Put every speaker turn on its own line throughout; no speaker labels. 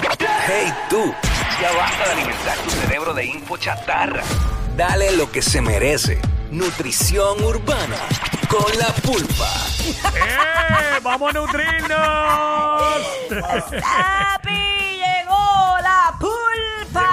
Hey tú, ya basta de alimentar tu cerebro de info chatarra. Dale lo que se merece. Nutrición urbana con la pulpa.
¡Eh! ¡Vamos a nutrirnos!
¡Papi! Llegó la pulpa.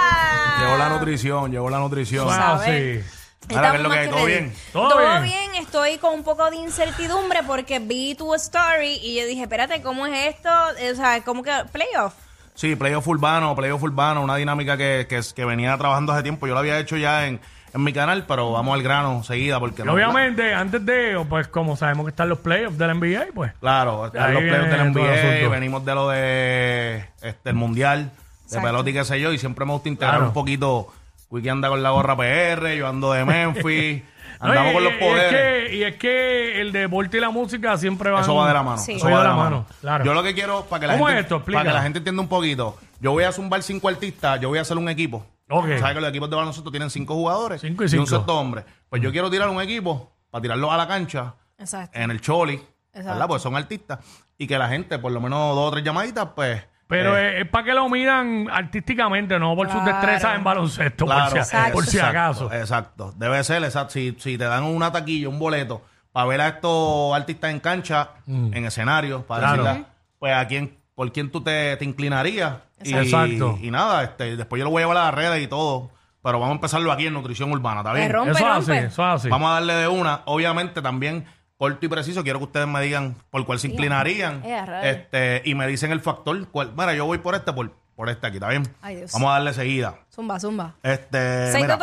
Llegó la nutrición, llegó la nutrición.
Wow, sí.
Sabe.
Ahora, ¿qué es
Estamos
lo que
más
hay?
que
¿Todo
ready.
bien?
¿Todo
Todo
bien?
bien? Estoy con un poco de incertidumbre porque vi tu story y yo dije, espérate, ¿cómo es esto? Eh, O sea, ¿cómo que playoff?
Sí, playoff urbano, playoff urbano, una dinámica que, que, que venía trabajando hace tiempo. Yo la había hecho ya en, en mi canal, pero vamos al grano seguida porque
Y
no-
obviamente, antes de, pues como sabemos que están los playoffs del NBA, pues.
Claro,
Ahí
están los
viene
playoffs del
todo el
NBA,
asunto.
venimos de lo de este, el mundial, de
Exacto.
pelota y qué sé yo, y siempre me gusta integrar
Claro.
un poquito. Wiki anda con la gorra PR, yo ando de Memphis,
No,
andamos
y-
con los
y-
poderes.
Y es, que, y es que el deporte y la música siempre van.
Eso va de la mano.
Sí.
Eso va de la mano.
claro.
Yo lo que quiero, para que la,
¿Cómo
gente,
es esto? Explica.
para que la gente entienda un poquito, yo voy a zumbar cinco artistas, yo voy a hacer un equipo.
Ok.
¿Sabes que los equipos de baloncesto tienen cinco jugadores
Cinco y
un
cinco.
sexto hombre? Pues yo quiero tirar un equipo para tirarlos a la cancha
Exacto.
en el choli, ¿verdad?
Exacto.
Porque son artistas. Y que la gente, por lo menos dos o tres llamaditas, pues...
Pero
eh,
es, para que lo miran artísticamente, no por sus
Claro.
destrezas en baloncesto,
claro,
por, si, a- por si
exacto, Eh.
acaso.
Exacto, debe ser, exacto. Si, si te dan una taquilla, un boleto, para ver a estos artistas en cancha, en escenarios, para
Mm. Claro.
decirle, pues a quién, por quién tú te, te inclinarías. Y,
Exacto.
Y nada, este, después yo lo voy a llevar a las redes y todo, pero vamos a empezarlo aquí en Nutrición Urbana, ¿está bien?
Me rompe,
eso es así,
rompe.
eso es así.
Vamos a darle de una, obviamente también corto y preciso, quiero que ustedes me digan por cuál se inclinarían.
Eh, a rayos.
Este, y me dicen el factor, cuál, mira, yo voy por este, por, por este aquí, ¿está bien?
Ay, Dios.
Vamos a darle seguida.
Zumba, zumba.
Este, mira.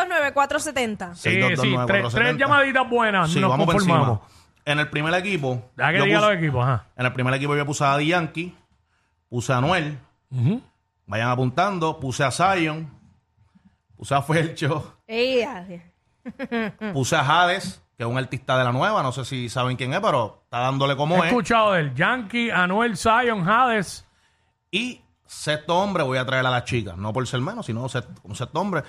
629-470.
Sí, sí, tres,
6229470.
tres llamaditas buenas,
Sí,
nos
vamos por
conformamos.
encima. En el primer equipo,
Deja que
yo
diga
puse-
los equipos, ajá.
en el primer equipo yo puse a Daddy Yankee, puse a Noel,
Ujú.
vayan apuntando, puse a Zion, puse a Felcho,
Ey, ay. Mm.
puse a Hades, que es un artista de la nueva, no sé si saben quién es, pero está dándole
He
como es.
escuchado del Yankee, Anuel, Zion, Hades.
Y sexto hombre voy a traer a las chicas, no por ser menos, sino sexto- un sexto hombre,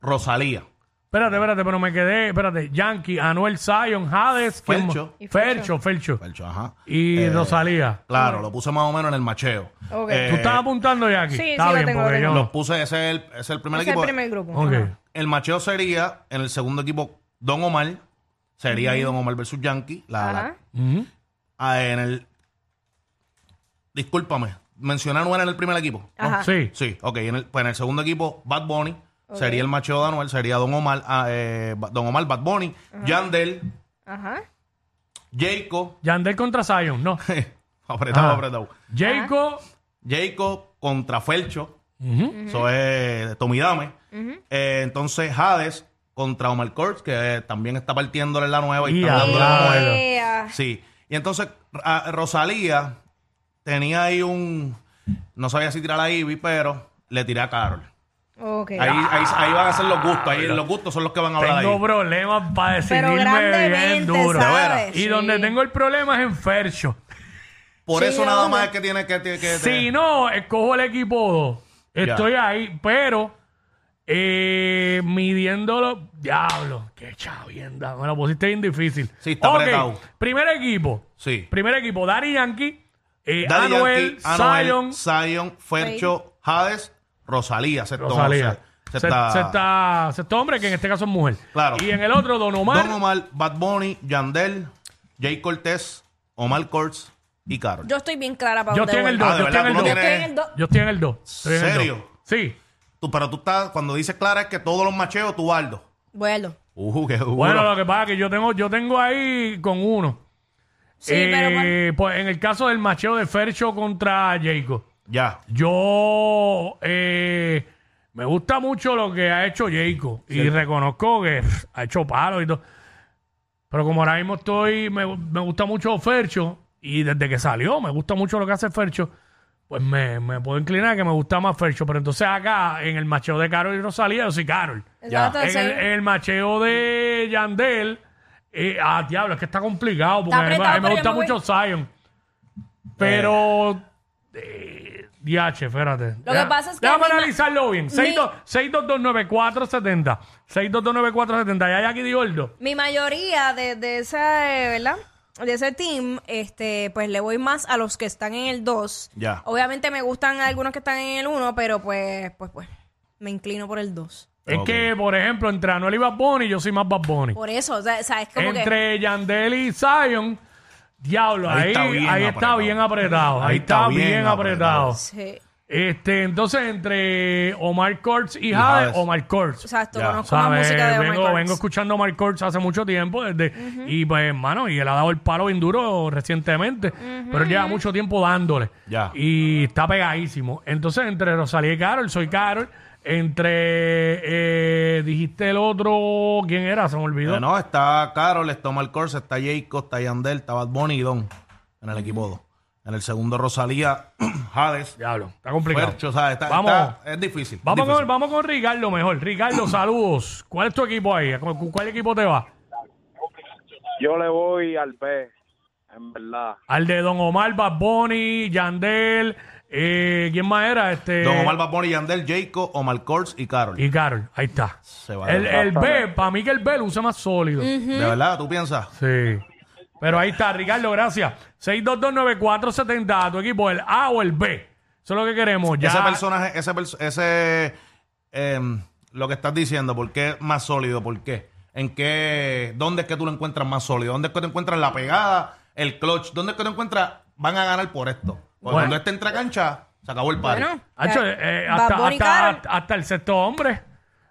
Rosalía.
Espérate, espérate, pero me quedé, espérate, Yankee, Anuel, Zion, Hades, ¿quién más?
Felcho.
Y
Felcho, Felcho.
Felcho, ajá.
Y
Eh,
Rosalía.
Claro, lo puse más o menos en el macheo.
Ok.
eh,
¿Tú estabas apuntando, Jackie?
sí,
Está
sí, lo
bien,
tengo, lo
porque yo
tengo.
Los puse, ese es el, ese es el primer
Ese es
equipo.
el primer grupo.
Ok.
Ajá.
El macheo sería, en el segundo equipo, Don Omar. Sería ahí Don Omar versus Yankee. La, la-
Ajá.
Ujú.
Ah, en el. Discúlpame. Mencionar no era en el primer equipo.
Ajá.
Sí.
Sí, ok. En el, pues en el segundo equipo, Bad Bunny.
Ok.
Sería el macheo de Anuel. Sería Don Omar, ah, eh, Ba- Don Omar Bad Bunny. Yandel,
Ajá.
Jacob.
Yandel contra Zion, no.
apretado,
Ajá.
apretado.
Jacob.
Jacob contra Felcho.
Ujú.
Eso es Tomidame. entonces, Hades contra Omar Kurtz, que eh, también está partiéndole en la nueva y
Y
está
a
dándole
la-
como es.
bueno.
Ey, ah.
Sí. Y entonces a- Rosalía tenía ahí un. No sabía si tirar a Ivy, pero le tiré a Carol.
Ok.
Ahí, ahí,
Ah.
ahí van a ser los gustos. Ahí los gustos son los que van a hablar
Tengo
ahí.
problemas para
Pero
decidirme bien
grandemente,
duro.
¿sabes?
Y
Sí.
donde tengo el problema es en Fercho.
Por
Sí,
eso nada
hombre.
más es que tiene que. que- que-
Si no, escojo el equipo 2.
Ya.
Estoy ahí, pero eh, midiéndolo. Diablo, qué chavienda. Me lo pusiste bien difícil.
Sí, está
Ok,
apretado.
Primer equipo.
Sí.
Primer equipo, Dari Yankee, eh,
Daddy
Anuel,
Yankee, Anuel,
Zion,
Zion, Fercho, Hades, Rosalía. Sexto,
Rosalía.
se- se
Se-
está-
se está- se está hombre, que en este caso es mujer.
Claro.
Y en el otro, Don Omar.
Don Omar, Bad Bunny, Yandel, Jay Cortés, Omar Kurtz y Carol.
Yo estoy bien clara para
Yo
dónde
estoy en
voy.
el
Ah,
dos,
de
yo
verdad,
estoy en el
tú no
Yo
dos.
estoy
tienes-
en el 2.
Yo estoy en el 2.
¿Serio?
Sí.
Tú, pero tú estás, cuando dices clara es que todos los macheos, tú baldo.
Bueno.
Uh, qué duro.
Bueno, lo que pasa es que yo tengo, yo tengo ahí con uno.
Sí,
Eh,
pero bueno.
pues en el caso del macheo de Fercho contra Jacob,
Ya.
yo eh, me gusta mucho lo que ha hecho Jacob y reconozco que pff, ha hecho palos y todo. Pero como ahora mismo estoy, me, me gusta mucho Fercho y desde que salió me gusta mucho lo que hace Fercho, pues me, me puedo inclinar que me gusta más Fercho. Pero entonces acá en el macheo de Carol y Rosalía, yo soy Carol.
Exacto,
En
sí.
el, en el macheo de Yandel, eh, ah, diablo, es que está complicado porque
Está
a mí me- a mí me gusta
apretado, pero yo
mucho Zion. Pero. eh, DH, espérate.
Lo que
Deja-
pasa es que
Déjame
a mí me-
analizarlo bien. 62- 6229470. 6229470. Ya, ya aquí digo el dos.
Mi mayoría de, de esa, eh, ¿verdad? de ese team, este, pues le voy más a los que están en el 2.
Ya.
Obviamente me gustan algunos que están en el 1, pero pues, pues, pues, me inclino por el 2.
Es
Ok.
que, por ejemplo, entre Anuel y Bad Bunny, yo soy más Bad Bunny.
Por eso, o sea, o sea, es como Pues, que...
Entre Yandel y Zion, diablo,
Ahí
ahí,
está bien
ahí está
apretado.
bien apretado. Ahí está bien apretado.
Sí.
Este, entonces, entre Omar Courts y Jade,
Jades.
Omar Courts.
Exacto,
Ya.
conozco más
¿Sabes?
música de Omar
Vengo,
Courts.
vengo escuchando a Mark Courts hace mucho tiempo desde, y pues hermano, y él ha dado el palo bien duro recientemente, pero él lleva mucho tiempo dándole
Ya.
y está pegadísimo. Entonces, entre Rosalía y Carol, soy Carol, entre eh, dijiste el otro, ¿quién era? Se me olvidó.
Eh, no, está Carol, está Omar Corse, está Jacob, está Yandel, está Bad Bunny y Don en el equipo 2. En el segundo, Rosalía, Hades,
Diablo, está complicado.
Percho, ¿sabes? Está,
Vamos.
está- es difícil. es
Vamos con,
difícil.
vamos con Ricardo mejor. Ricardo, saludos. ¿Cuál es tu equipo ahí? ¿Con cuál equipo te va?
Yo le voy al B, en verdad.
Al de Don Omar, Bad Bunny, Yandel, eh, ¿quién más era? Este,
Don Omar, Bad Bunny, Yandel, Jacob, Omar Corse y Carol.
Y Carol, ahí está.
Se va
el,
de-
el B, para mí que el B lo usa más sólido.
¿De verdad? ¿Tú piensas?
Sí. Pero ahí está, Ricardo, gracias. 6229470, tu equipo, el A o el B. Eso es lo que queremos. Ya.
Ese personaje, ese, perso- ese em, lo que estás diciendo, ¿por qué más sólido? ¿Por qué? ¿En qué? ¿Dónde es que tú lo encuentras más sólido? ¿Dónde es que te encuentras la pegada, el clutch? ¿Dónde es que te encuentras van a ganar por esto? Porque
Bueno.
Cuando este entra a cancha, se acabó el party.
Bueno,
Hacho,
ya-
eh,
Bad
hasta,
Bunny,
hasta-
Karol.
hasta el sexto hombre.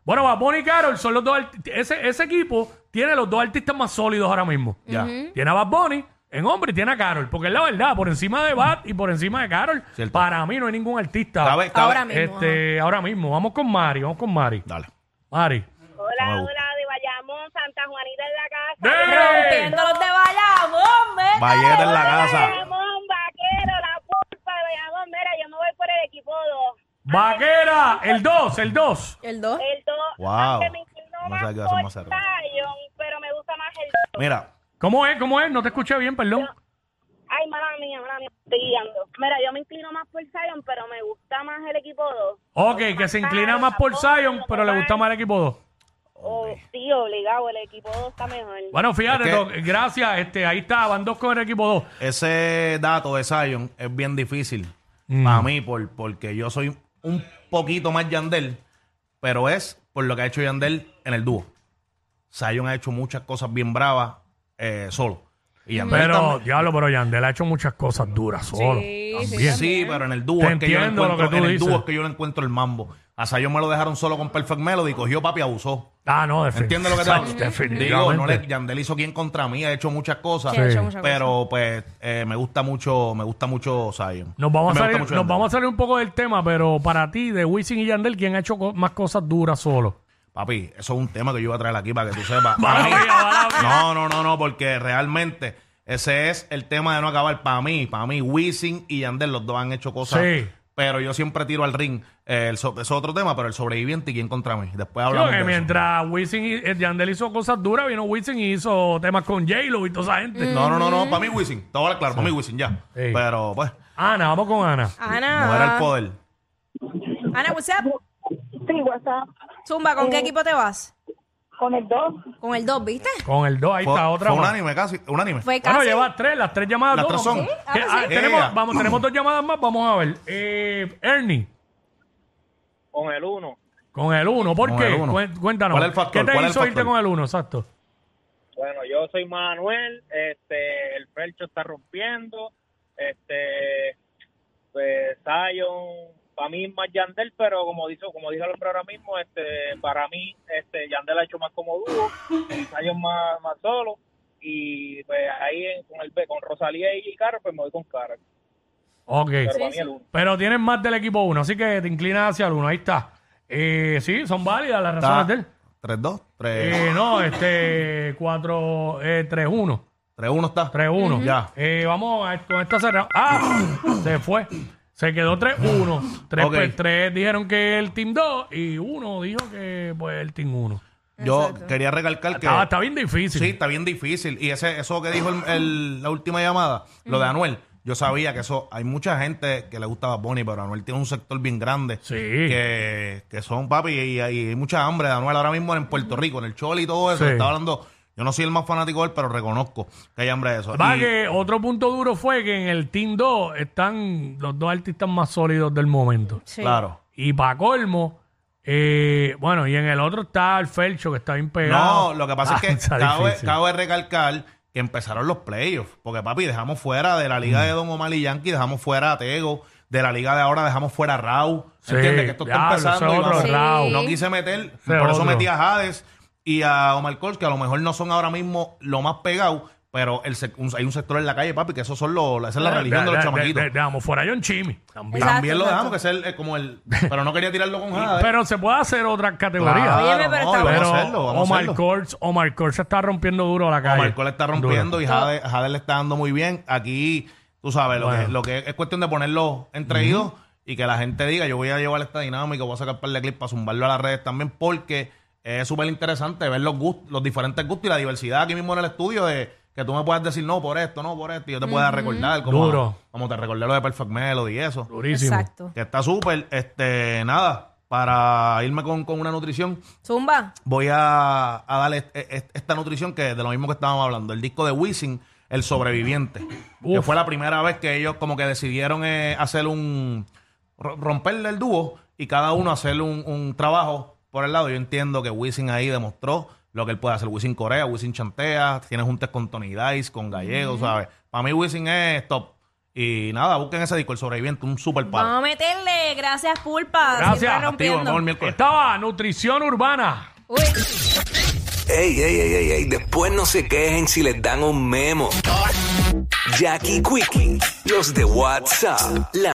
Bueno, Bad Bunny y Carol son los dos. arti- Ese, ese equipo tiene los dos artistas más sólidos ahora mismo.
Ya.
Tiene a Bad Bunny en hombre y tiene a Carol. Porque es la verdad, por encima de Bad y por encima de Carol,
Cierto.
para mí no hay ningún artista.
Está bien, está
Ahora
bien.
mismo. ajá.
Este, ahora mismo, vamos con Mari, vamos con Mari.
Dale.
Mari.
Hola,
Wow.
hola, de Bayamón, Santa Juanita en la casa.
Rompiendo los de Bayamón, ¿ves?
Valleta en la casa.
Bayamón, vaquero, la pulpa de Bayamón. Mira, yo me voy por el equipo 2.
Vaquera, el 2, el 2.
El 2.
El 2.
Wow.
me inclino
No
más
sabía que iba a ser
por
más cerrado.
Zion, pero me gusta más el
Mira,
¿Cómo es? ¿Cómo es? No te escuché bien, perdón.
2. Ay, mala mía, mala mía, estoy guiando. Mira, yo me inclino más por Zion, pero me gusta más el equipo 2.
Ok, que se inclina más por Zion, pero le gusta más el equipo 2.
Oh, sí, obligado, el equipo 2 está mejor.
Bueno, fíjate,
Es que-
Doc, gracias. Este, ahí está, van dos con el equipo 2.
ese dato de Zion es bien difícil
Mm.
para mí por, porque yo soy un poquito más Yandel, pero es por lo que ha hecho Yandel en el dúo. Zion ha hecho muchas cosas bien bravas eh, solo. Y Yandel
Pero,
también.
diablo, pero Yandel ha hecho muchas cosas duras solo.
Sí, sí,
también.
Sí, pero en el dúo
Te
es que yo le
entiendo lo
encuentro,
que tú
en el
dices.
dúo es que yo le encuentro el mambo. A Zion me lo dejaron solo con Perfect Melody, cogió papi y abusó.
Ah, no,
¿Entiendes lo que te
Exacto,
digo? Digo, no
Definitivamente.
le- Yandel hizo quien contra mí, ha hecho muchas cosas.
Sí, ha hecho muchas
Pero pues eh, me gusta mucho, me gusta mucho Zion.
Nos vamos,
Me
a
gusta
salir,
mucho
nos
Yandel.
vamos a salir un poco del tema, pero para ti, de Wisin y Yandel, ¿quién ha hecho co- más cosas duras solo?
Papi, eso es un tema que yo iba a traer aquí para que tú
Mala
sepas. Para mí-
mía, mala mía.
no, no, no, no, porque realmente ese es el tema de no acabar. Para mí, para mí, Wisin y Yandel, los dos han hecho cosas.
Sí.
Pero yo siempre tiro al ring. Eh, el so- es otro tema, pero el sobreviviente y quién contra mí. Después
Creo
hablamos.
que
de eso.
mientras Wisin y eh, Yandel hizo cosas duras, vino Wisin y hizo temas con J-Lo y toda esa gente.
No, no, no, no, para mí Wisin. Todo ahora claro, para mí Wisin, ya.
Sí.
Pero pues,
Ana, vamos con Ana.
no era el
Ana,
poder.
Ana, what's up?
Sí, WhatsApp,
Zumba, ¿con qué equipo te vas?
con el 2.
Con el 2, ¿viste?
Con el 2, ahí
Fue,
está otra.
fue un
más.
anime casi, un anime.
Fue
Bueno,
casi.
lleva tres, las tres llamadas.
Las
dos.
tres son.
¿Qué?
Ah, pues
Ah,
sí.
tenemos,
Ea.
vamos, tenemos dos llamadas más, vamos a ver. Eh, Ernie,
Con el 1,
con el 1, ¿por
Con
qué?
el uno.
Cuen- Cuéntanos.
¿Cuál es el factor?
¿Qué te
¿Cuál es el
hizo irte
factor?
con el 1? Exacto.
bueno, yo soy Manuel, este, el Percho está rompiendo, este, pues, Zion, para mí es más Yandel, pero como dijo, como dijo el hombre ahora mismo, este, para mí, este, Yandel ha hecho más como dúo, y Zion más, más solo, y pues ahí en- con el B, con Rosalía y Carol, pues me voy con Carol,
Ok.
pero para mí el 1.
Pero tienes más del equipo 1, así que te inclinas hacia el 1, ahí está. Eh, sí, son válidas las razones de él.
3-2,
Eh, no, este 4, eh, 3, 1.
3-1 está.
3-1.
Ya.
Eh, vamos a, con esta cerrada. ¡Ah! se fue. Se quedó 3-1. 3,
Ok.
dijeron que el Team 2 y 1 dijo que pues el Team 1.
Yo
Exacto.
quería recalcar que.
Está, está bien difícil.
Sí, está bien difícil. Y ese, eso que dijo el- el- la última llamada, lo de Anuel, yo sabía que eso, hay mucha gente que le gusta Bad Bunny, pero Anuel tiene un sector bien grande.
Sí.
Que, que son papi y, y hay mucha hambre de Anuel ahora mismo en Puerto Rico, en el Choli y todo eso.
Sí.
Estaba hablando Yo no soy el más fanático de él, pero reconozco que hay hambre de eso.
Va
Y-
que otro punto duro fue que en el Team 2 están los dos artistas más sólidos del momento.
Sí.
Claro.
Y para colmo, eh, bueno, y en el otro está el Felcho, que está bien pegado.
No, lo que pasa
Ah,
es que
está
cabe,
difícil.
cabe recalcar que empezaron los playoffs. Porque, papi, dejamos fuera de la
Mm.
liga de Don Omar y Yankee, dejamos fuera a Tego, de la liga de ahora dejamos fuera a Rau.
Sí,
¿Entiendes? Que esto está
diablo,
empezando.
ese
y
otro
vamos-
Sí.
round.
No quise meter,
Ese
por eso
otro.
metí a Hades y a Omar Colch, que a lo mejor no son ahora mismo lo más pegados, pero el sec- un- hay un sector en la calle, papi, que esos son los, esa es la religión de los
Eh, De- de-
chamaquitos.
de- Dejamos fuera a John Chimmy. también.
Exacto,
También lo
exacto.
dejamos que sea el- eh, como el. Pero no quería tirarlo con Hades.
Pero se puede hacer otras categorías.
Claro,
Óyeme, pero
no,
está
y vamos
Pero
a hacerlo, vamos a
Omar
hacerlo.
Courts, Omar Courts se está rompiendo duro la calle.
Omar Cole está rompiendo y Jade, Jade le está dando muy bien. Aquí, tú sabes, lo,
Bueno.
que, lo que es cuestión de ponerlo entre ellos y que la gente diga, yo voy a llevar esta dinámica, voy a sacar un par de clips para zumbarlo a las redes también, porque es súper interesante ver los gustos, los diferentes gustos y la diversidad aquí mismo en el estudio de que tú me puedas decir no por esto, no por esto, y yo te pueda recordar como,
Duro.
como te recordé lo de Perfect Melody y eso.
Durísimo.
Exacto.
Que está súper, este, nada, para irme con, con una nutrición
Zumba.
voy a, a darle est- e-, est- esta nutrición que de lo mismo que estábamos hablando, el disco de Wisin, El Sobreviviente, que
Uf.
fue la primera vez que ellos como que decidieron eh, hacer un ro- romperle el dúo y cada uno hacer un, un trabajo por el lado. Yo entiendo que Wisin ahí demostró lo que él puede hacer. Wisin Corea, Wisin Chantea, tiene juntas con Tony Dice, con Gallego, ¿sabes? Para mí Wisin es top. Y nada, busquen ese disco, El Sobreviviente, un super
Vamos
palo.
a meterle. Gracias, Pulpa.
Gracias,
Siempre
activo,
Activo, nos
rompiendo.
vemos el miércoles.
Estaba Nutrición Urbana.
Uy,
Ey, ey, ey, ey, ey, después no se quejen si les dan un memo. Jackie Quickie, los de WhatsApp, la